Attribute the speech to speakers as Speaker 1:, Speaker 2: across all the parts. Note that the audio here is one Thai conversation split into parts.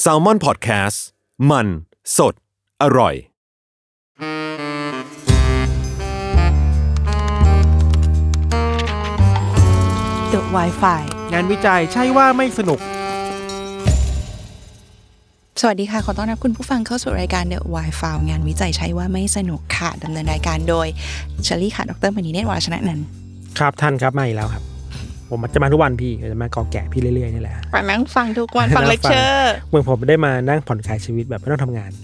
Speaker 1: แซลมอนพอดแคสต์มันสดอร่อย
Speaker 2: The Wi-Fi
Speaker 3: งานวิจัยใช่ว่าไม่สนุก
Speaker 2: สวัสดีค่ะ ขอต้อนรับคุณผู้ฟังเข้าสู่รายการ The Wi-Fi งานวิจัยใช้ว่าไม่สนุกค่ะดำเนินรายการโดยเชอรี่ค่ะ ดรมณีเนตรวรชนะนันท์
Speaker 3: ครับท่านครับมาอีกแล้วครับ ผมจะมาทุกวันพี่จะมากอแกะพี่เรื่อยๆนี่แหละ
Speaker 2: มานั่งฟังทุก วัน ฟังเลคเชอร์
Speaker 3: เมืองผมได้มานั่งผ่อนคลายชีวิตแบบไม่ต้องทำงาน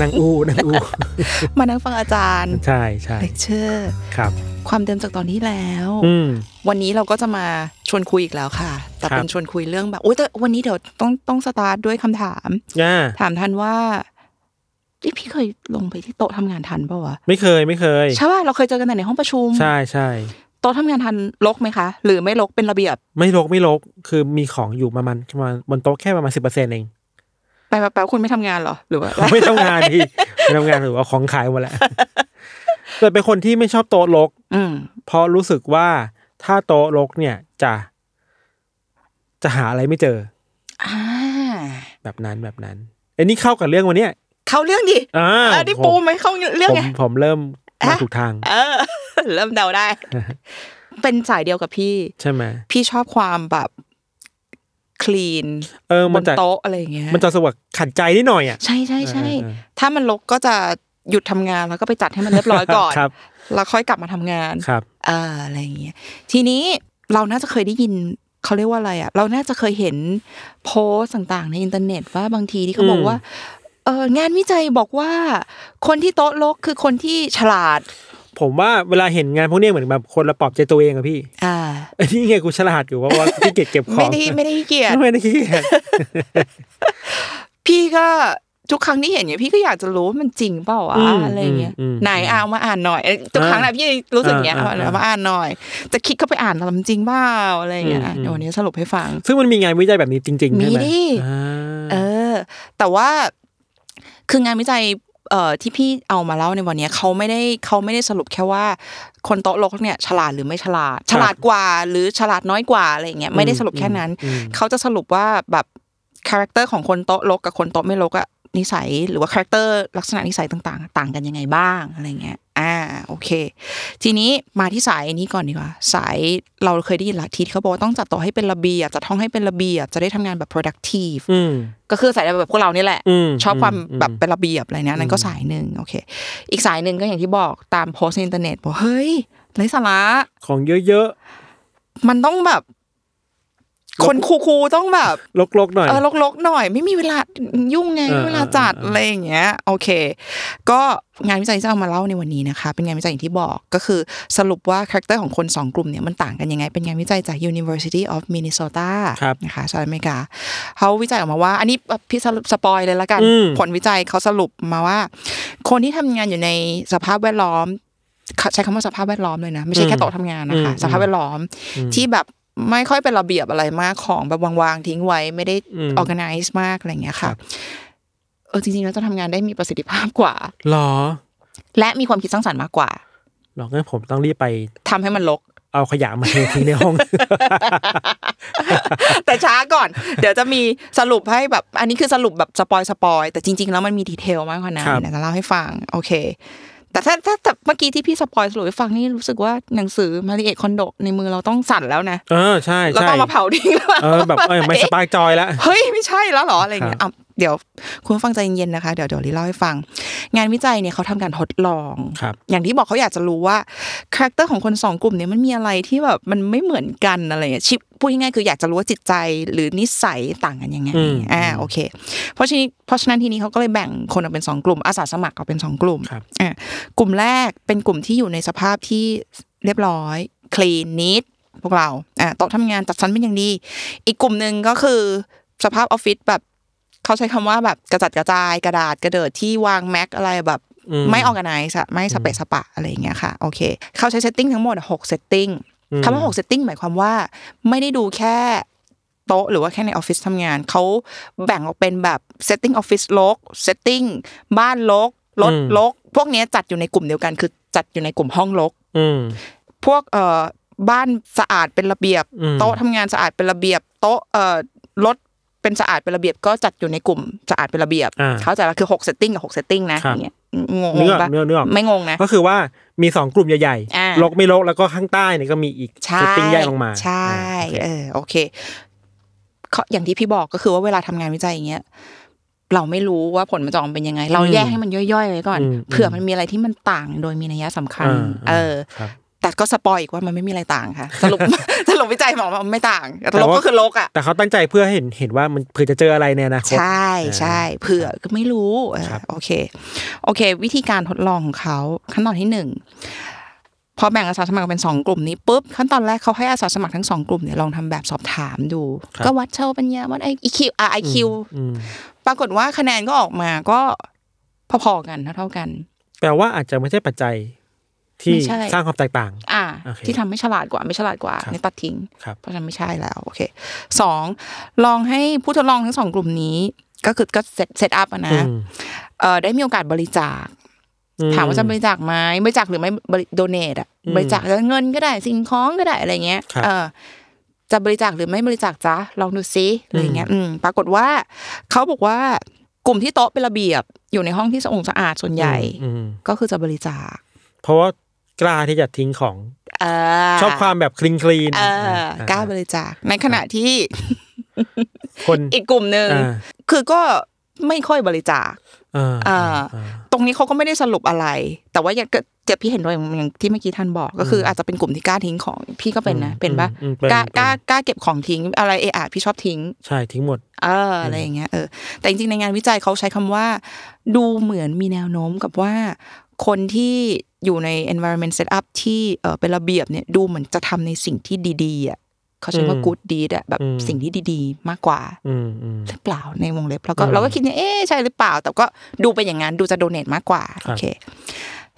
Speaker 3: นั่งอู้นั่งอู้
Speaker 2: มานั่งฟังอาจารย์
Speaker 3: ใช่ใช่
Speaker 2: เลคเชอร์
Speaker 3: ครับ
Speaker 2: ความเดิมจากตอนที่แล้ว
Speaker 3: อืม
Speaker 2: วันนี้เราก็จะมาชวนคุยอีกแล้วค่ะ แต่เป็น
Speaker 3: ครับ
Speaker 2: ชวนคุยเรื่องแบบโอ้ยแต่วันนี้เดี๋ยวต้องต้องสตาร์ทด้วยคำถาม
Speaker 3: อ่า
Speaker 2: ถามท่านว่านี่พี่เคยลงไปที่โต๊ะทำงานทันปะวะ
Speaker 3: ไม่เคยไม่เคย
Speaker 2: ใช่ป่ะเราเคยเจอกันแต่ในห้องประชุม
Speaker 3: ใช่ใช่
Speaker 2: โต๊ะทำงานทันลกไหมคะ หรือไม่ลกเป็นระเบียบ
Speaker 3: ไม่ลกไม่ลกคือมีของอยู่ประมาณประมาณบนโต๊ะแค่ประมาณสิบเปอร์เซ็นเอง
Speaker 2: ไปแปลว่าคุณไม่ทำงานเหรอ หรือว่า
Speaker 3: ไม่ทำงานดิไม่ทำงานหรือเอาของขายหมดแล้ว แต่เป็นคนที่ไม่ชอบโต๊ะลก
Speaker 2: อืม
Speaker 3: เพราะรู้สึกว่าถ้าโต๊ะรกเนี่ยจะ จะหาอะไรไม่เจอ
Speaker 2: อ่า
Speaker 3: แบบนั้นแบบนั้นไอ้นี่เข้ากับเรื่องวันเนี้ย
Speaker 2: เข้าเรื่องดิ
Speaker 3: อ่า
Speaker 2: เออนี่ปูไหมเข้าเรื่อง
Speaker 3: ผม
Speaker 2: ไง
Speaker 3: ผมเริ่มมา
Speaker 2: อ่ะ
Speaker 3: ถูกทาง
Speaker 2: เออ เริ่มเดา ได้ เป็นสายเดียวกับพี่
Speaker 3: ใช่ไหม
Speaker 2: พี่ชอบความแบบคลีน
Speaker 3: เออบ มัน
Speaker 2: น
Speaker 3: จะ
Speaker 2: โต๊ะอะไรอย่างเงี้ย
Speaker 3: มันจะสวักขัดใจนิดหน่อยอ่ะ
Speaker 2: ใช่ใช่ใช่
Speaker 3: เออเออ
Speaker 2: ถ้ามันลกก็จะหยุดทำงานแล้วก็ไปจัดให้มันเรียบร้อยก่อน
Speaker 3: ครับ
Speaker 2: แล้วค่อยกลับมาทำงาน
Speaker 3: ครับ
Speaker 2: เอ่ออะไรอย่างเงี้ยทีนี้เราน่าจะเคยได้ยินเขาเรียกว่าอะไรอ่ะ เราน่าจะเคยเห็นโพสต์ต่างๆ ในอินเทอร์เน็ตว่าบางทีที่เขาบอก
Speaker 3: อืม
Speaker 2: ว่าเอองานวิจัยบอกว่า คนที่โต๊ะลกคือคนที่ฉลาด
Speaker 3: ผมว่าเวลาเห็นงานพวกเนี้ยเหมือนแบบคนละปลอบใจตัวเองอะพี่
Speaker 2: อ่า
Speaker 3: ไอ้นี่ไงกูฉลาดอยู่ว่าว่าพี่เก็บเก็บขอ
Speaker 2: ไม่
Speaker 3: ง
Speaker 2: ได้ไม่ได้ขี้เกียจ
Speaker 3: ไม่ได้ขี้เกียจ
Speaker 2: พี่ก็ทุกครั้งที่เห็นเนี่ยพี่ก็อยากจะรู้ว่ามันจริงเปล่าวะ
Speaker 3: อืม
Speaker 2: อะไรเงี้ย
Speaker 3: มม
Speaker 2: ไหนเอามาอ่านหน่อยเอ้ยทุกครั้งนะพี่รู้สึกอย่างเงี้ย
Speaker 3: อ่าอ่า
Speaker 2: เอามาอ่านหน่อย จะคิดเข้าไปอ่านแล้วมันจริงเปล่าอะไรเงี้ย
Speaker 3: อืมอืม
Speaker 2: เดี๋ยววันนี้สรุปให้ฟัง
Speaker 3: ซึ่งมันมีงานวิจัยแบบนี้จริงๆใช่ไหม
Speaker 2: มีดิ
Speaker 3: อ่า
Speaker 2: เออ แต่ว่าคืองานวิจัยเอ่อที่พี่เอามาเล่าในวันเนี้ยเขาไม่ได้เขาไม่ได้สรุปแค่ว่า คนโต๊ะลกเนี่ย ฉลาดหรือไม่ฉลาด ฉลาดกว่าหรือฉลาดน้อยกว่าอะไรอย่างเงี้ยไม่ได้สรุปแค่นั้น
Speaker 3: อืม
Speaker 2: เขาจะสรุปว่าแบบคาแรคเตอร์ของคนโต๊ะลกกับคนโต๊ะไม่ลกอะนิสัยหรือว่าคาแรคเตอร์ลักษณะนิสัยต่าง ๆ ต่างกันยังไงบ้างอะไรเงี้ยอ่าโอเค ทีนี้มาที่สายนี้ก่อนดีกว่าสายเราเคยได้ยินหลายทีที่เขาบอกว่าต้องจัดโต๊ะให้เป็นระเบียบจัดห้องให้เป็นระเบียบจะได้ทำงานแบบ productive
Speaker 3: อืม
Speaker 2: ก็คือสายแบบพวกเรานี่แหละ
Speaker 3: อืม
Speaker 2: ชอบความ
Speaker 3: อืม
Speaker 2: แบบเป็นระเบียบอะไรเนี้ยนั่นก็สายหนึ่งโอเค อีกสายหนึ่งก็อย่างที่บอกตามโพสต์ในอินเทอร์เน็ตบอกเฮ้ยไรสาระ
Speaker 3: ของเยอะ
Speaker 2: มันต้องแบบ คนคูลๆต้องแบบ
Speaker 3: ๆ ลกๆหน่อย
Speaker 2: เออลกๆหน่อย ไม่มีเวลายุ่งไง
Speaker 3: เอ
Speaker 2: ไม่
Speaker 3: อ
Speaker 2: มีเวลาจัด
Speaker 3: เออเอออ
Speaker 2: อะไรอย่างเงี้ยโอเค ก็งานวิจัยที่จะเอามาเล่าในวันนี้นะคะ เป็นงานวิจัยอย่างที่บอกก็คือสรุปว่าคาแรคเตอร์ของคนสองกลุ่มเนี่ยมันต่างกันยังไง เป็นงานวิจัยจาก University of Minnesota
Speaker 3: ครับ
Speaker 2: นะคะสหรัฐอเมริกาเขาวิจัยออกมาว่า อันนี้พี่สรุปสปอยเลยละกัน
Speaker 3: อืม
Speaker 2: ผลวิจัยเขาสรุปมาว่า คนที่ทำงานอยู่ในสภาพแวดล้อม ใช้คำว่าสภาพแวดล้อมเลยนะ ไม่ใช่แค่โต๊ะทำงานนะคะ
Speaker 3: อืม
Speaker 2: สภาพแวดล้อมที่แบบไม่ค่อยเป็นระเบียบอะไรมากของแบบวางๆทิ้งไว้ไม่ได้
Speaker 3: อืม
Speaker 2: organize มากอะไรอย่างเงี้ยค่ะเออจริงๆแล้วจะทำงานได้มีประสิทธิภาพกว่า
Speaker 3: หรอ
Speaker 2: และมีความคิดสร้างสรรค์มากกว่า
Speaker 3: หรองั้นผมต้องรีบไป
Speaker 2: ทำให้มันลก
Speaker 3: เอาขยะมาเททิ้งในห้อง
Speaker 2: แต่ช้าก่อน เดี๋ยวจะมีสรุปให้แบบ อันนี้คือสรุปแบบสปอยสปอยแต่จริงๆแล้วมันมีดีเทลมากกว่านั้น
Speaker 3: ครับ
Speaker 2: เดี๋ยวจะเล่าให้ฟัง โอเค แต่ถ้าถ้าถ้าเมื่อกี้ที่พี่สปอยสรุปให้ฟังนี่รู้สึกว่าหนังสือมาริเอคอนโดในมือเราต้องสั่นแล้วนะ
Speaker 3: เออ ใช่
Speaker 2: แล้ว
Speaker 3: ใช่
Speaker 2: ต้องมาเผาทิ้งแล้ว
Speaker 3: เออแบบเออไม่สปาร์กจอยละ
Speaker 2: เฮ้ยไม่ใช่แล้วเหรออะไรอย่างเงี้ย
Speaker 3: ครับ
Speaker 2: อ่ะเดี๋ยวคุณผู้ฟังใจเย็นๆนะคะเดี๋ยวเดี๋ยวรีเล่าให้ฟัง งานวิจัยเนี่ยเขาทำการทดลอง
Speaker 3: ครับ
Speaker 2: อย่างที่บอกเขาอยากจะรู้ว่าคาแรคเตอร์ของคนสองกลุ่มเนี้มันมีอะไรที่แบบมันไม่เหมือนกันอะไรอย่างเงี้ยชิพูดง่ายๆคืออยากจะรู้ว่าจิตใจหรือนิสัยต่างกันยังไง
Speaker 3: อืม
Speaker 2: อ่าโอเค เพราะฉะนี้เพราะฉะนั้นทีนี้เขาก็เลยแบ่งคนออกเป็นสองกลุ่มอาสาสมัครออกเป็นสองกลุ่ม
Speaker 3: ครับ
Speaker 2: อ่ากลุ่มแรกเป็นกลุ่มที่อยู่ในสภาพที่เรียบร้อยคลีนนิดพวกเราอ่าโต๊ะทำงานจัดชั้นเป็นอย่างดี อีกกลุ่มหนึ่งก็คือสภาพออฟฟิศแบบ เขาใช้คำว่าแบบกระจัดกระจายกระดาษกระเดิดที่วางแม็กอะไรแบบ
Speaker 3: อืม
Speaker 2: ไม่ออ g a ไน z ์อะไม่สเปะสปะอะไรอย่างเงี้ยค่ะโอเคเขาใช้เซตติ้งทั้งหมดหกเซตติ้ง
Speaker 3: อืม
Speaker 2: คำว่าหกเซตติ้งหมายความว่า ไม่ได้ดูแค่โต๊ะหรือว่าแค่ในออฟฟิศทำงาน เขาแบ่งออกเป็นแบบเซตติ้งออฟฟิศลกเซตติ้งบ้านลกรถลก พวกเนี้ยจัดอยู่ในกลุ่มเดียวกันคือจัดอยู่ในกลุ่มห้องลก
Speaker 3: อืม
Speaker 2: พวกเอ่อบ้านสะอาดเป็นระเบียบ
Speaker 3: อืม
Speaker 2: โต๊ะทำงานสะอาดเป็นระเบียบ โต๊ะเอ่อรถเป็นสะอาดเป็นระเบียบ ก็จัดอยู่ในกลุ่มสะอาดเป็นระเบียบ
Speaker 3: อ่า
Speaker 2: เขาใจะคือหกเซตติ้งกับหกเซตติ้งนะครับ อย่างเงี้ยงง
Speaker 3: นึกออก
Speaker 2: ปะ
Speaker 3: นึกออกนึกออก
Speaker 2: ไม่งงนะ
Speaker 3: ก็คือว่ามีสองกลุ่มใหญ่
Speaker 2: อ่า
Speaker 3: ๆลกไม่ลกแล้วก็ข้างใต้เนี่ยก็มีอีก
Speaker 2: ใช่
Speaker 3: เซตติ้งแยกลงมา
Speaker 2: ใช่เออโอเคเขาอย่างที่พี่บอกก็คือว่าเวลาทำงานวิจัยอย่างเงี้ยเราไม่รู้ว่าผลมันจะออกมาเป็นยังไง เราแยกให้มันย่อยๆไว้ก่อนเผื่อมันมีอะไรที่มันต่างโดยมีนัยสำคัญ
Speaker 3: อ่า
Speaker 2: เออ
Speaker 3: ครับ
Speaker 2: แต่ก็สปอยอีกว่ามันไม่มีอะไรต่างค่ะ ส รุป สรุปวิจัยบอกว่ามันไม่ต่าง
Speaker 3: แต่
Speaker 2: ลก
Speaker 3: ว่า
Speaker 2: ก็คือลกอ่ะ
Speaker 3: แต่เขาตั้งใจเพื่อให้เห็นเห็นว่ามันเผื่อจะเจออะไรในอนาคต
Speaker 2: ใช่ใช่เผื่อก็ไม่รู้เออ
Speaker 3: ครับ
Speaker 2: โอเค โอเค วิธีการทดลองของเขาขั้นตอนที่หนึ่งพอแบ่งอาสาสมัครเป็นสองกลุ่มนี้ปุ๊บขั้นตอนแรกเขาให้อาสาสมัครทั้งสองกลุ่มเนี่ยลองทำแบบสอบถามดู ก็วัดเชลปัญญาวัดไอคิวไอคิว
Speaker 3: อืม
Speaker 2: ปรากฏว่าคะแนนก็ออกมาก็พอๆกันเท่าๆกัน
Speaker 3: แปลว่าอาจจะไม่ใช่ปัจจัย ที่
Speaker 2: ไม่ใช่
Speaker 3: สร้างความแตกต่าง
Speaker 2: อ่า
Speaker 3: โอเค
Speaker 2: ที่ทำไม่ฉลาดกว่าไม่ฉลาดกว่า
Speaker 3: ครับ
Speaker 2: ในยตัดทิ้ง
Speaker 3: ครับ
Speaker 2: เพราะฉะนั้นไม่ใช่แล้วโอเคสองลองให้ผู้ทดลองทั้งสองกลุ่มนี้ ก็คือก็เซตเซตอัพอะนะ
Speaker 3: อืม
Speaker 2: เอ่อได้มีโอกาสบริจาค
Speaker 3: อื
Speaker 2: ถามว่าจะบริจาคไหมบริจาคหรือไม่บริโดเนทอะ
Speaker 3: อืม
Speaker 2: บริจาคเงินก็ได้สิ่งของก็ได้อะไรเงี้ย
Speaker 3: ครับ
Speaker 2: เออจะบริจาคหรือไม่บริจาคจ้าลองดูซิอะไรเงี้ยอืมปรากฏว่า เขาบอกว่ากลุ่มที่โต๊ะเป็นระเบียบ อยู่ในห้องที่สะองสะอาดส่วนใหญ่
Speaker 3: อืมอืม
Speaker 2: ก็คือจะบริจาค
Speaker 3: เพราะว่ากล้าที่จะทิ้งของ
Speaker 2: เออ
Speaker 3: ชอบความแบบคลีนคลีน
Speaker 2: เออกล้าบริจาคในขณะที่
Speaker 3: คน
Speaker 2: อีกกลุ่มหนึ่ง
Speaker 3: อ่า
Speaker 2: คือก็ไม่ค่อยบริจาค
Speaker 3: อ่าอ่าอ่า
Speaker 2: ตรงนี้เขาก็ไม่ได้สรุปอะไร แต่ว่าอย่างก็เจ็บพี่เห็นด้วยอย่างที่เมื่อกี้ท่านบอกก็คืออาจจะเป็นกลุ่มที่กล้าทิ้งของพี่ก็เป็นนะ
Speaker 3: อืม
Speaker 2: เป็นปะ
Speaker 3: อืมเป็น
Speaker 2: กล้า
Speaker 3: เป็น
Speaker 2: กล้ากล้าเก็บของทิ้ง อะไรเอะอะพี่ชอบทิ้ง
Speaker 3: ใช่ทิ้งหมด
Speaker 2: เอออะไรอย่างเงี้ยเออแต่จริงๆในงานวิจัยเขาใช้คำว่า ดูเหมือนมีแนวโน้มกับว่า คนที่อยู่ใน environment setup ที่เออเป็นระเบียบเนี่ยดูเหมือนจะทำในสิ่งที่ดีๆอ่ะเขาใช้ว่า
Speaker 3: อืม
Speaker 2: good deed อ่ะแบบ
Speaker 3: อืม
Speaker 2: สิ่งที่ดีๆ มากกว่า
Speaker 3: อืมอืม
Speaker 2: หรือเปล่าในวงเล็บแล้วก็
Speaker 3: อืม
Speaker 2: เราก็คิดเนี่ยเอ๊ะใช่หรือเปล่า แต่ก็ดูเป็นอย่างนั้นดูจะโดเนทมากกว่า
Speaker 3: ค
Speaker 2: โอ
Speaker 3: รับ
Speaker 2: เค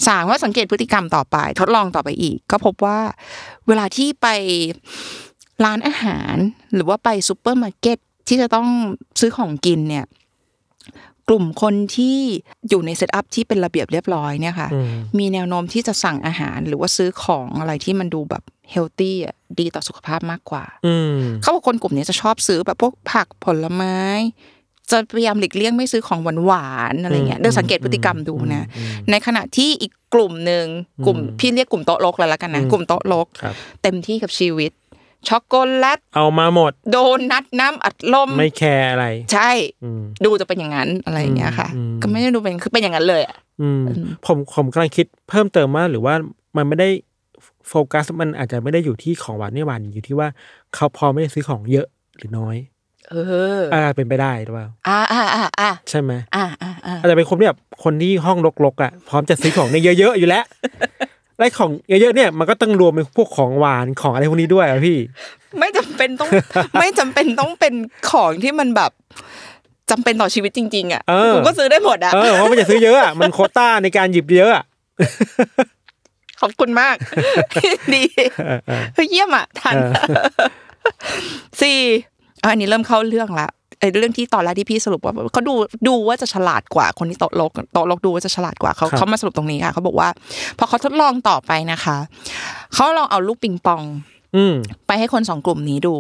Speaker 2: สามว่าสังเกตพฤติกรรมต่อไป ทดลองต่อไปอีก ก็พบว่า เวลาที่ไปร้านอาหาร หรือว่าไปซูเปอร์มาร์เก็ตที่จะต้องซื้อของกินเนี่ย กลุ่มคนที่อยู่ในเซตอัพที่เป็นระเบียบเรียบร้อยเนี่ยค่ะ
Speaker 3: อืม
Speaker 2: มีแนวโน้มที่จะสั่งอาหารหรือว่าซื้อของอะไรที่มันดูแบบเฮลตี้อ่ะดีต่อสุขภาพมากกว่า
Speaker 3: อืม
Speaker 2: เขาบอกคนกลุ่มเนี้ยจะชอบซื้อแบบพวกผักผลไม้ จะพยายามหลีกเลี่ยงไม่ซื้อของหวานๆอะไรเงี้ย
Speaker 3: อืม
Speaker 2: เดี๋ยวสังเกตพฤติกรรมดูนะ
Speaker 3: อืม
Speaker 2: ในขณะที่อีกกลุ่มหนึ่งกลุ่มพี่เรียกกลุ่มโต๊ะลกเลยละกันนะ
Speaker 3: อืม
Speaker 2: กลุ่มโต๊ะลก
Speaker 3: ครับ
Speaker 2: เต็มที่กับชีวิต ช็อกโกแลต
Speaker 3: เอามาหมด
Speaker 2: โดนัทน้ำอัดลม
Speaker 3: ไม่แคร์อะไร
Speaker 2: ใช่
Speaker 3: อืม
Speaker 2: ดูจะเป็นอย่างนั้นอะไรอย่างเงี้ยค่ะ
Speaker 3: อืม
Speaker 2: ก็ไม่ได้ดูเป็นคือเป็นอย่างนั้นเลยอะ
Speaker 3: อืมผมผมกำลังคิดเพิ่มเติมว่าหรือว่ามันไม่ได้โฟกัสมันอาจจะไม่ได้อยู่ที่ของหวานไม่หวานอยู่ที่ว่าเขาพอไม่ได้ซื้อของเยอะหรือน้อย
Speaker 2: เออ
Speaker 3: อ่าเป็นไปได้หรือเปล่า
Speaker 2: อ่าอ่าอ่าอ่า
Speaker 3: ใช่ไหม
Speaker 2: อ่าอ่าอ่า
Speaker 3: อาจจะเป็นคนที่แบบคนที่ห้องรกๆอ่ะพร้อมจะซื้อของเนี่ยเยอะๆอ ยู่แล้วไรของเยอะๆเนี่ยมันก็ต้องรวมเป็นพวกของหวานของอะไรพวกนี้ด้วยอ่ะพี่
Speaker 2: ไม่จำเป็นต้อง ไม่จำเป็นต้องเป็นของที่มันแบบจำเป็นต่อชีวิตจริงๆอ่ะ
Speaker 3: เออ
Speaker 2: กูก็ซื้อได้หมดอ่ะ
Speaker 3: เออเพราะมันจะซื้อเยอะอ่ะมันโควต้าในการหยิบเยอะอ่ะ
Speaker 2: ขอบคุณมาก ดีเฮ้ยเยี่ยมอ่ะทันสี่อ่ะอันนี้เริ่มเข้าเรื่องละไอ้เรื่องที่ตอนแรกที่พี่สรุปว่าเขาดูดูว่าจะฉลาดกว่า คนที่โตะลกโตะลกดูว่าจะฉลาดกว่าเขา
Speaker 3: ครับ
Speaker 2: เขามาสรุปตรงนี้ค่ะเขาบอกว่า พอเขาทดลองต่อไปนะคะเขาลองเอาลูกปิงปอง
Speaker 3: อืม
Speaker 2: ไปให้คนสองกลุ่มนี้ดู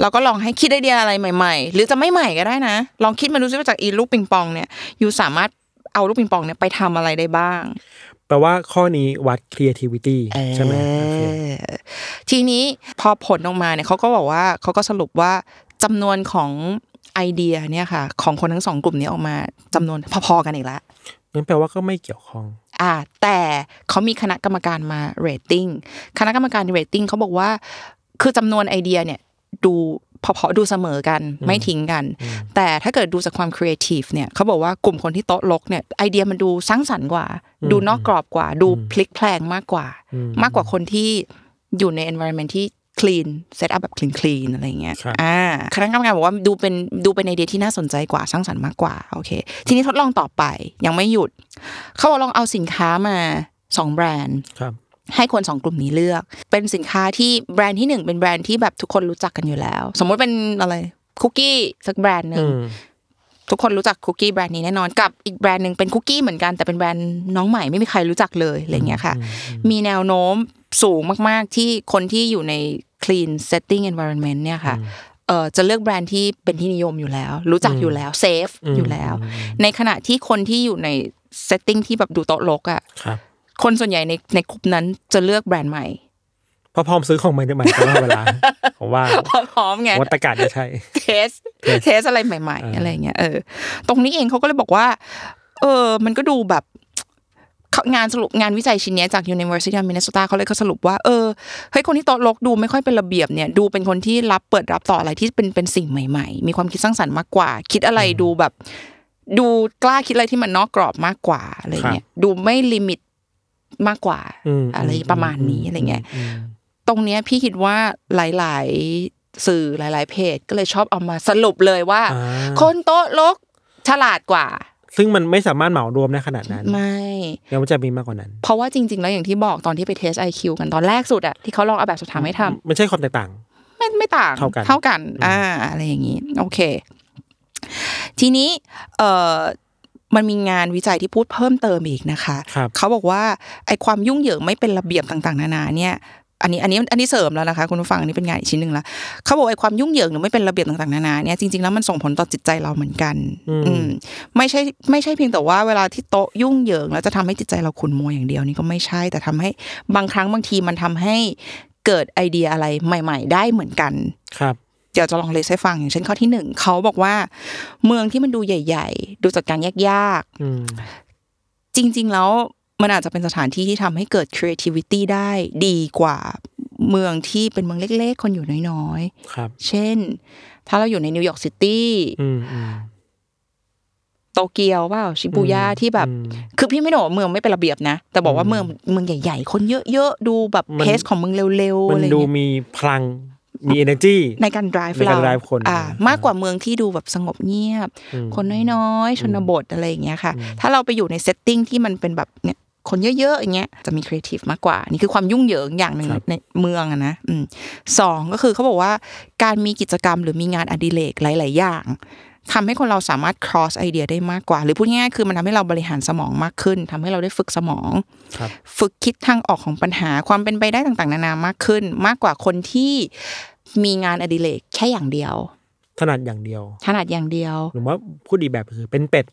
Speaker 2: แล้วก็ลองให้คิดไอเดียอะไรใหม่ๆ หรือจะไม่ใหม่ก็ได้นะ ลองคิดมาดูซิว่าจากอีลูกปิงปองเนี่ยอยู่สามารถเอาลูกปิงปองเนี่ยไปทำอะไรได้บ้าง
Speaker 3: แปลว่าข้อนี้วัด creativity ใช่ไหมโอเค
Speaker 2: เออทีนี้พอผลออกมาเนี่ยเขาก็บอกว่าเขาก็สรุปว่าจำนวนของไอเดียเนี่ยค่ะ ของคนทั้งสองกลุ่มนี้ออกมาจำนวนพอๆกันอีกแล้ว
Speaker 3: งั้นแปลว่าก็ไม่เกี่ยวข้อง
Speaker 2: อ่า แต่เขามีคณะกรรมการมาเรตติ้งคณะกรรมการเรตติ้งเขาบอกว่า คือจำนวนไอเดียเนี่ยดูพอๆดูเสมอกันไม่ทิ้งกัน แต่ถ้าเกิดดูจากความครีเอทีฟเนี่ยเขาบอกว่ากลุ่มคนที่โต๊ะลกเนี่ยไอเดียมันดูสร้างสรรค์กว่า ดูนอกกรอบกว่า ดูพลิกแพลงมากกว่า มากกว่าคนที่อยู่ใน environment ที่ คลีนเซตอัพแบบคลีนคลีนอะไรเงี้ย
Speaker 3: ครับ
Speaker 2: อ่าคณะกรรมการบอกว่าดูเป็นดูเป็นไอเดียที่น่าสนใจกว่าสร้างสรรค์มากกว่าโอเค ทีนี้ทดลองต่อไปยังไม่หยุด เขาบอกลองเอาสินค้ามาสองแบรนด์
Speaker 3: ครับ
Speaker 2: ให้คนสองกลุ่มนี้เลือก เป็นสินค้าที่แบรนด์ที่หนึ่งเป็นแบรนด์ที่แบบทุกคนรู้จักกันอยู่แล้ว สมมุติเป็นอะไรคุกกี้สักแบรนด์หนึ่
Speaker 3: อื
Speaker 2: ง
Speaker 3: ม
Speaker 2: ทุกคนรู้จักคุกกี้แบรนด์นี้แน่นอนกับอีกแบรนด์หนึ่งเป็นคุกกี้เหมือนกันแต่เป็นแบรนด์น้องใหม่ไม่มีใครรู้จักเลยอะไรเงี้ยค่ะ มีแนวโน้มสูงมากๆที่คนที่อยู่ใน clean setting environment เนี่ยค่ะเอ่อจะเลือกแบรนด์ที่เป็นที่นิยมอยู่แล้ว รู้จักอยู่แล้วเซฟ
Speaker 3: อืม
Speaker 2: อยู่แล้ว
Speaker 3: อืม
Speaker 2: ในขณะที่คนที่อยู่ใน setting ที่แบบดูโต๊ะรกอ่ะ
Speaker 3: ครับ
Speaker 2: คนส่วนใหญ่ในในกลุ่มนั้นจะเลือกแบรนด์ใหม่
Speaker 3: เพราะพร้อมซื้อของใหม่ๆตลอดเวลา ผม ว่า
Speaker 2: พร้อมไง
Speaker 3: วัตกรรมจะใช่
Speaker 2: เทสเทสอะไรใหม่
Speaker 3: อ่า
Speaker 2: ๆ อะไรเงี้ยเออ ตรงนี้เองเขาก็เลยบอกว่า เออ มันก็ดูแบบเขางานสรุปงานวิจัยชิ้นเนี้ยจาก University of Minnesota เขาเลยเขาสรุปว่า เออเฮ้ยคนที่โต๊ะรกดูไม่ค่อยเป็นระเบียบเนี่ย ดูเป็นคนที่รับเปิดรับต่ออะไรที่เป็นเป็นสิ่งใหม่ ๆ มีความคิดสร้างสรรค์มากกว่า คิดอะไรดูแบบ ดูกล้าคิดอะไรที่มันนอกกรอบมากกว่าอะไรเงี้ยดูไม่ลิมิตมากกว่า
Speaker 3: อืม
Speaker 2: อะไรประมาณนี้อะไรเงี้ย
Speaker 3: อืม
Speaker 2: ตรงเนี้ยพี่คิดว่าหลาย ๆ สื่อหลาย ๆ เพจ ก็เลยชอบเอามาสรุปเลยว่า
Speaker 3: อ่า
Speaker 2: คนโต๊ะลกฉลาดกว่า
Speaker 3: ซึ่งมันไม่สามารถเหมารวมได้ขนาดนั้น
Speaker 2: ไม่
Speaker 3: เดี๋ยวมันจะมีมากกว่านั้น
Speaker 2: เพราะว่าจริง ๆ แล้วอย่างที่บอกตอนที่ไปเทส IQ กันตอนแรกสุดอะที่เขาลองเอาแบบสอบถามให้ทำ
Speaker 3: มันใช่ความแตกต่าง
Speaker 2: ไม่ไม่ต่าง
Speaker 3: เท่ากัน
Speaker 2: เท่ากัน อ่า อะไรอย่างนี้ โอเค ทีนี้เอ่อมันมีงานวิจัยที่พูดเพิ่มเติมอีกนะคะ
Speaker 3: ครับ
Speaker 2: เขาบอกว่าไอความยุ่งเหยิงไม่เป็นระเบียบต่างๆ นานาเนี่ยอันนี้อันนี้อันนี้เสริมแล้วนะคะ คุณผู้ฟังอันนี้เป็นงานอีกชิ้นหนึ่งละเขาบอกไอความยุ่งเหยิงหรือไม่เป็นระเบียบต่างๆนานาเนี่ยจริงๆแล้วมันส่งผลต่อจิตใจเราเหมือนกัน
Speaker 3: อืม
Speaker 2: อืมไม่ใช่ไม่ใช่เพียงแต่ว่าเวลาที่โต๊ะยุ่งเหยิงแล้วจะทำให้จิตใจเราขุ่นมัวอย่างเดียวนี่ก็ไม่ใช่ แต่ทำให้บางครั้งบางทีมันทำให้เกิดไอเดียอะไรใหม่ ๆ ได้เหมือนกัน
Speaker 3: ครับ
Speaker 2: เดี๋ยวจะลองเลสให้ฟังอย่างเช่นข้อที่หนึ่งเขาบอกว่า เมืองที่มันดูใหญ่ ๆ ดูจัดการยากๆ
Speaker 3: อืม
Speaker 2: จริงๆ แล้วมันอาจจะเป็นสถานที่ที่ทำให้เกิด creativity ได้ดีกว่าเมืองที่เป็นเมืองเล็กๆ คนอยู่น้อย
Speaker 3: ครับ
Speaker 2: ๆ เช่น ถ้าเราอยู่ในนิวยอร์กซิตี้
Speaker 3: อืมอืม
Speaker 2: โตเกียวเปล่าชิบูย่า
Speaker 3: อืม
Speaker 2: ที่แบบ
Speaker 3: อืม
Speaker 2: คือพี่ไม่ได้บอกว่าเมืองไม่เป็นระเบียบนะ แต่บอกว่า
Speaker 3: อืม
Speaker 2: เมืองเมืองใหญ่ๆ คนเยอะๆ ดูแบบ
Speaker 3: มัน
Speaker 2: เพสของเมืองเร็วๆ
Speaker 3: มั
Speaker 2: อะ
Speaker 3: น
Speaker 2: ไร
Speaker 3: ดู
Speaker 2: เงี้ย
Speaker 3: มีพลังมี energy
Speaker 2: ในการ drive
Speaker 3: ในการ
Speaker 2: เรา
Speaker 3: drive คน
Speaker 2: อ่า
Speaker 3: อ่าม
Speaker 2: มากกว่าเมืองที่ดูแบบสงบเงียบ
Speaker 3: อืม
Speaker 2: คนน้อยๆ ชนบทอะไรอย่างเงี้ยค่ะ ถ้าเราไปอยู่ในเซตติ้งที่มันเป็นแบบเนี่ยคนเยอะๆอย่างเงี้ยจะมีครีเอทีฟมากกว่า นี่คือความยุ่งเหยิงอย่างหนึ่ง
Speaker 3: ครับ
Speaker 2: ในเมืองอะนะอืมสองก็คือเขาบอกว่าการมีกิจกรรมหรือมีงานอดิเรกหลาย ๆ อย่างทำให้คนเราสามารถ cross ไอเดียได้มากกว่า หรือพูดง่ายๆคือมันทำให้เราบริหารสมองมากขึ้นทำให้เราได้ฝึกสมอง
Speaker 3: ครับ
Speaker 2: ฝึกคิดทางออกของปัญหาความเป็นไปได้ต่างๆ นานามากขึ้น มากกว่าคนที่มีงานอดิเรกแค่อย่างเดียว
Speaker 3: ถนัดอย่างเดียว
Speaker 2: ถนัดอย่างเดียว
Speaker 3: หรือว่าพูดดีกแบบคือเป็นเป็ด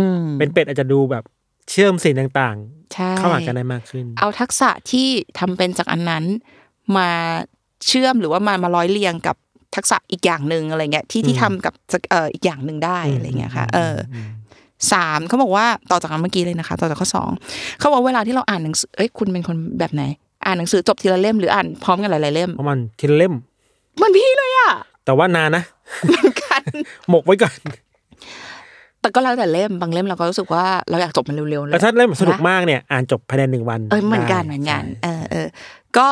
Speaker 2: อืม
Speaker 3: เป็นเป็ดอาจจะดูแบบเชื่อมสิ่งต่าง
Speaker 2: ใช่
Speaker 3: ๆ เข้าหากันได้มากขึ้น
Speaker 2: เอาทักษะที่ทำเป็นจากอันนั้นมาเชื่อมหรือว่ามามาร้อยเรียงกับทักษะอีกอย่างหนึ่งอะไรเงี้ยที่ที่ทำกับสักเอ่ออีกอย่างหนึ่งได้อะไรเงี้ยค่ะเอออสามเขาบอกว่าต่อจากอันเมื่อกี้เลยนะคะ ต่อจากข้อสองเขาบอกเวลาที่เราอ่านหนังสือเอ้ยคุณเป็นคนแบบไหน อ่านหนังสือจบทีละเล่มหรืออ่านพร้อมกันหลายๆเล่ม
Speaker 3: เพราะมันทีละเล่ม
Speaker 2: มันพี่เลยอ่ะ
Speaker 3: แต่ว่านานนะ
Speaker 2: เหมือนกัน
Speaker 3: หมกไว้ก่อน
Speaker 2: แต่ก็แล้วแต่เล่มบางเล่มเราก็รู้สึกว่าเราอยากจบมันเร็วๆเล
Speaker 3: แล้ว
Speaker 2: ย
Speaker 3: ถ้าเล่มสนุกมากเนี่ย อ่านจบภายในหนึ่งวัน
Speaker 2: เออเหมือนกัน
Speaker 3: ได้
Speaker 2: เหมือนกัน
Speaker 3: ใช่
Speaker 2: เออเออก็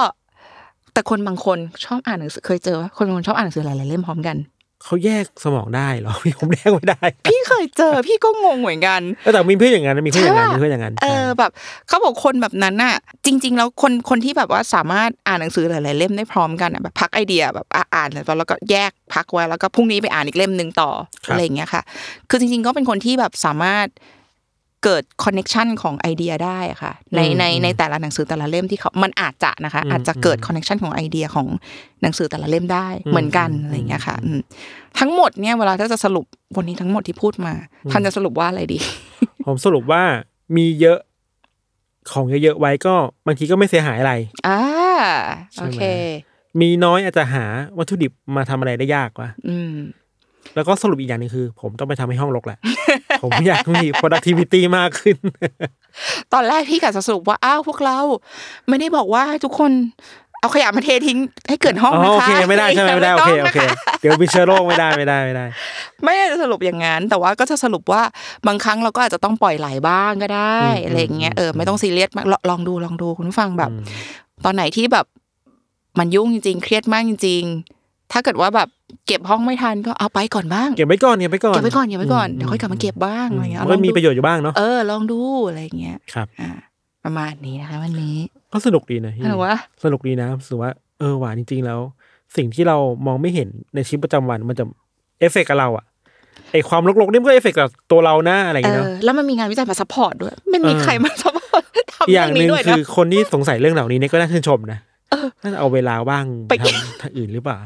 Speaker 2: แต่คนบางคนชอบอ่านหนังสือเคยเจอว่าคนบางคนชอบอ่านหนังสือหลายๆเล่มพร้อมกัน
Speaker 3: เขาแยกสมองได้เหรอ พี่ผมแยกไม่ได้
Speaker 2: พี่เคยเจอ พี่ก็งงเหมือนกัน
Speaker 3: เออแต่มีเพื่อนอย่างนั้นนะมีเพื่อนอย่างนั้
Speaker 2: ใช่ปะ
Speaker 3: นมีเพื่อนอย่างนั้น
Speaker 2: เออแบบเขาบอกคนแบบนั้นน่ะ จริง ๆ แล้วคนคนที่แบบว่าสามารถอ่านหนังสือหลาย ๆ เล่มได้พร้อมกันอ่ะแบบพักไอเดียแบบอ่ะอ่านแล้วแล้วก็แยกพักไว้แล้วก็พรุ่งนี้ไปอ่านอีกเล่มหนึ่งต่ออะไรอย่างเงี้ยค่ะ คือจริง ๆ ก็เป็นคนที่แบบสามารถเกิดคอนเน็ชันของไอเดียได้อะค่ะ ในในในแต่ละหนังสือแต่ละเล่มที่เขา มันอาจจะนะคะ อาจจะเกิดคอนเน็ชันของไอเดียของหนังสือแต่ละเล่มได้เหมือนกันอะไรอย่างเงี้ยค่ะอืมทั้งหมดเนี่ยเวลาถ้าจะสรุปวันนี้ทั้งหมดที่พูดมาท่านจะสรุปว่าอะไรดี
Speaker 3: ผมสรุปว่ามีเยอะของเยอะๆไว้ก็บางทีก็ไม่เสียหายอะไร
Speaker 2: อ่าโอ
Speaker 3: ใช่ไหม
Speaker 2: เค
Speaker 3: มีน้อยอาจจะหาวัตถุดิบมาทำอะไรได้ยากว่ะ
Speaker 2: อืม
Speaker 3: แล้วก็สรุปอีกอย่างหนึงคือ ผมต้องไปทำให้ห้องรก แหละ ผมอยากมี productivity มากขึ้น
Speaker 2: ตอนแรกพี่กะจะสรุปว่า อ้าวพวกเรา ไม่ได้บอกว่าให้ทุกคนเอาขยะมาเททิ้งให้เกิดห้อง
Speaker 3: อ๋อ
Speaker 2: นะคะ
Speaker 3: โอเคไม่ได้ใช่ไหมไม่ได้โอเค
Speaker 2: ต้ง
Speaker 3: โอ
Speaker 2: นะะ
Speaker 3: เค เดี๋ยวมีเชื้อโรคไม่ได้ไม่ได้ไม่ได้
Speaker 2: ไม่ได้จะสรุปอย่างนั้น แต่ว่าก็จะสรุปว่าบางครั้งเราก็อาจจะต้องปล่อยไหลบ้างก็ได้
Speaker 3: อืม
Speaker 2: อะไรอย่างเงี้ย
Speaker 3: อืม
Speaker 2: เออไม่ต้องซีเรียสมากลองลองดูลองดูคุณผู้ฟังแบบ ตอนไหนที่แบบ มันยุ่งจริงๆ เครียดมากจริง ๆ ถ้าเกิดว่าแบบเก็บห้องไม่ทันก็เอาไปก่อนบ้าง
Speaker 3: เก็บไว้ก่อนเก็บไว้ก่อน
Speaker 2: เก็บไว้ก่อนเก็บไว้ก่อน
Speaker 3: ม
Speaker 2: เดี๋ยวค่อยกลับมาเก็บบ้างอะไรเงี้ย
Speaker 3: มันก็
Speaker 2: ลองดู
Speaker 3: มีประโยชน์อยู่บ้างเนาะ
Speaker 2: เออ ลองดูอะไรเงี้ย
Speaker 3: ครับ
Speaker 2: อ่า ประมาณนี้นะคะวันนี้
Speaker 3: ก็สนุกดีนะพี่
Speaker 2: หนูว่า
Speaker 3: สนุกดีนะรู้สึกว่าเออหวานจริง ๆ แล้ว สิ่งที่เรามองไม่เห็นในชีวิตประจำวันมันจะเอฟเฟกต์กับเราอะไอความรกๆนี่มันก็เอฟเฟกต์กับตัวเรานะอะไรอย่าง
Speaker 2: เอ
Speaker 3: เงี้ยเนาะ
Speaker 2: อ แล้วมันมีงานวิจัยมาซัพพอร์ตด้วย มันมี
Speaker 3: เออ
Speaker 2: ใครมาซัพพอร์ตทำเรื่
Speaker 3: อีกอ
Speaker 2: อย่าง
Speaker 3: งห
Speaker 2: นี้
Speaker 3: นึ่ง
Speaker 2: ด้วย
Speaker 3: คื
Speaker 2: นะ
Speaker 3: อคนที่สงสัยเรื่องเหล่านี้เนี่ยก็น่าชื่นชมนะน่าจะเอาเวลาว่าง
Speaker 2: ไป
Speaker 3: ทำทางอื่นหรือเปล่า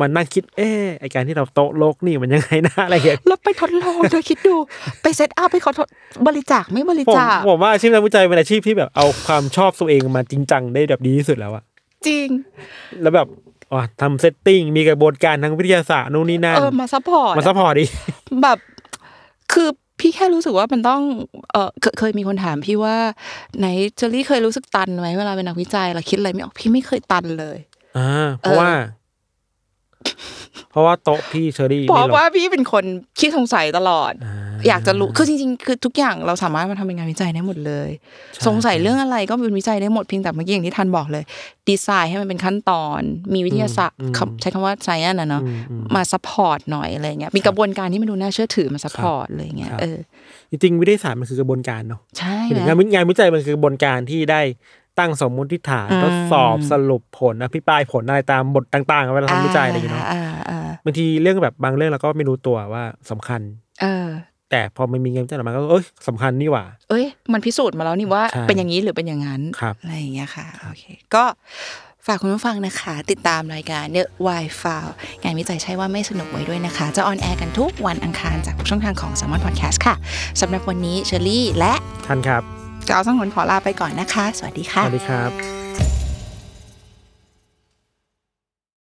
Speaker 3: มันนั่งคิดเออไอการที่เราโต๊ะโลกนี่มันยังไงนะ อะไรอย่างเงี้ย
Speaker 2: แล้วไปทดลองเธอคิดดู ไปเซตอัพให้เขาทดบริจาคไม่บริ
Speaker 3: ผม
Speaker 2: จาค
Speaker 3: ผมว่าอาชีพนักวิจัยเป็นอาชีพที่แบบเอาความชอบตัวเองมาจริงจังได้แบบดีที่สุดแล้วอะ
Speaker 2: จริง
Speaker 3: แล้วแบบอ๋อทำเซตติ้ง มีกระบวนการทางวิทยาศาสตร์นู่นนี่นั่น
Speaker 2: เออ มาซัพพอร์ต
Speaker 3: มาซัพพอร์ตดิ
Speaker 2: แบบ คือพี่แค่รู้สึกว่ามันต้อง เออเคยเคยมีคนถามพี่ว่าไหนเจอรี่เคยรู้สึกตันไหมเวลาเป็นนักวิจัยเราคิดอะไรไม่ออกพี่ไม่เคยตันเลย
Speaker 3: อ่า เพราะว่า เพราะว่าโต๊ะพี่เชอรี่
Speaker 2: เพ
Speaker 3: ไม่
Speaker 2: ราะ
Speaker 3: หล
Speaker 2: ว่า
Speaker 3: อก
Speaker 2: พี่เป็นคนคิดสงสัยตลอด
Speaker 3: อ่า
Speaker 2: อยากจะรู้ คือจริงๆ คือทุกอย่างเราสามารถมาทำเป็นงานวิจัยได้หมดเลย
Speaker 3: ใช่
Speaker 2: สงสัยเรื่องอะไรก็เป็นวิจัยได้หมดเพียงแต่เมื่อกี้อย่างที่ทันบอกเลย ดีไซน์ให้มันเป็นขั้นตอน มีวิทยาศาสตร์
Speaker 3: อืม
Speaker 2: คำใช้คำว่า science นะเนาะ
Speaker 3: อืมอืม
Speaker 2: มาซัพพอร์ตหน่อยอะไรเงี้ย มีกระบวนการที่มันดูน่าเชื่อถือมาซัพพอร์ตเลยเงี้ย
Speaker 3: ครับ
Speaker 2: เออ
Speaker 3: จริงๆวิทยาศาสตร์มันคือกระบวนการเนาะ
Speaker 2: ใช่
Speaker 3: หรือ
Speaker 2: นะ
Speaker 3: งานวิงานวิจัยมันคือกระบวนการที่ได้ตั้งสมมุติฐาน
Speaker 2: อืม
Speaker 3: ทดสอบสรุปผลอภิปรายผลอะไรตามบทต่างๆเวลาทำวิจัยอะไรอย่างเงี้ยเนาะ
Speaker 2: อ่าอ่า
Speaker 3: บางทีเรื่องแบบบางเรื่องเราก็ไม่รู้ตัวว่าสำคัญ
Speaker 2: เออ
Speaker 3: แต่พอมันมีงานวิจัยออกมาก็เอ้ยสำคัญนี่หว่า
Speaker 2: เอ้ย มันพิสูจน์มาแล้วนี่ว่า
Speaker 3: ใช่
Speaker 2: เป็นอย่างนี้หรือเป็นอย่างนั้น
Speaker 3: ครับ
Speaker 2: อะไรอย่างเงี้ยค่ะ โอเค ก็ฝากคุณผู้ฟังนะคะ ติดตามรายการเนื้อ w i f i งานวิจัยใช่ว่าไม่สนุกไว้ด้วยนะคะ จะออนแอร์กันทุกวันอังคารจากทุกช่องทางของ s ซ m o n Podcast ค่ะสำหรับวันนี้เชอรี่และ
Speaker 3: ท่านครับ
Speaker 2: เราสองคนขอลาไปก่อนนะคะ สวัสดี
Speaker 3: ส
Speaker 2: ค่ะ
Speaker 3: วัสดีครับ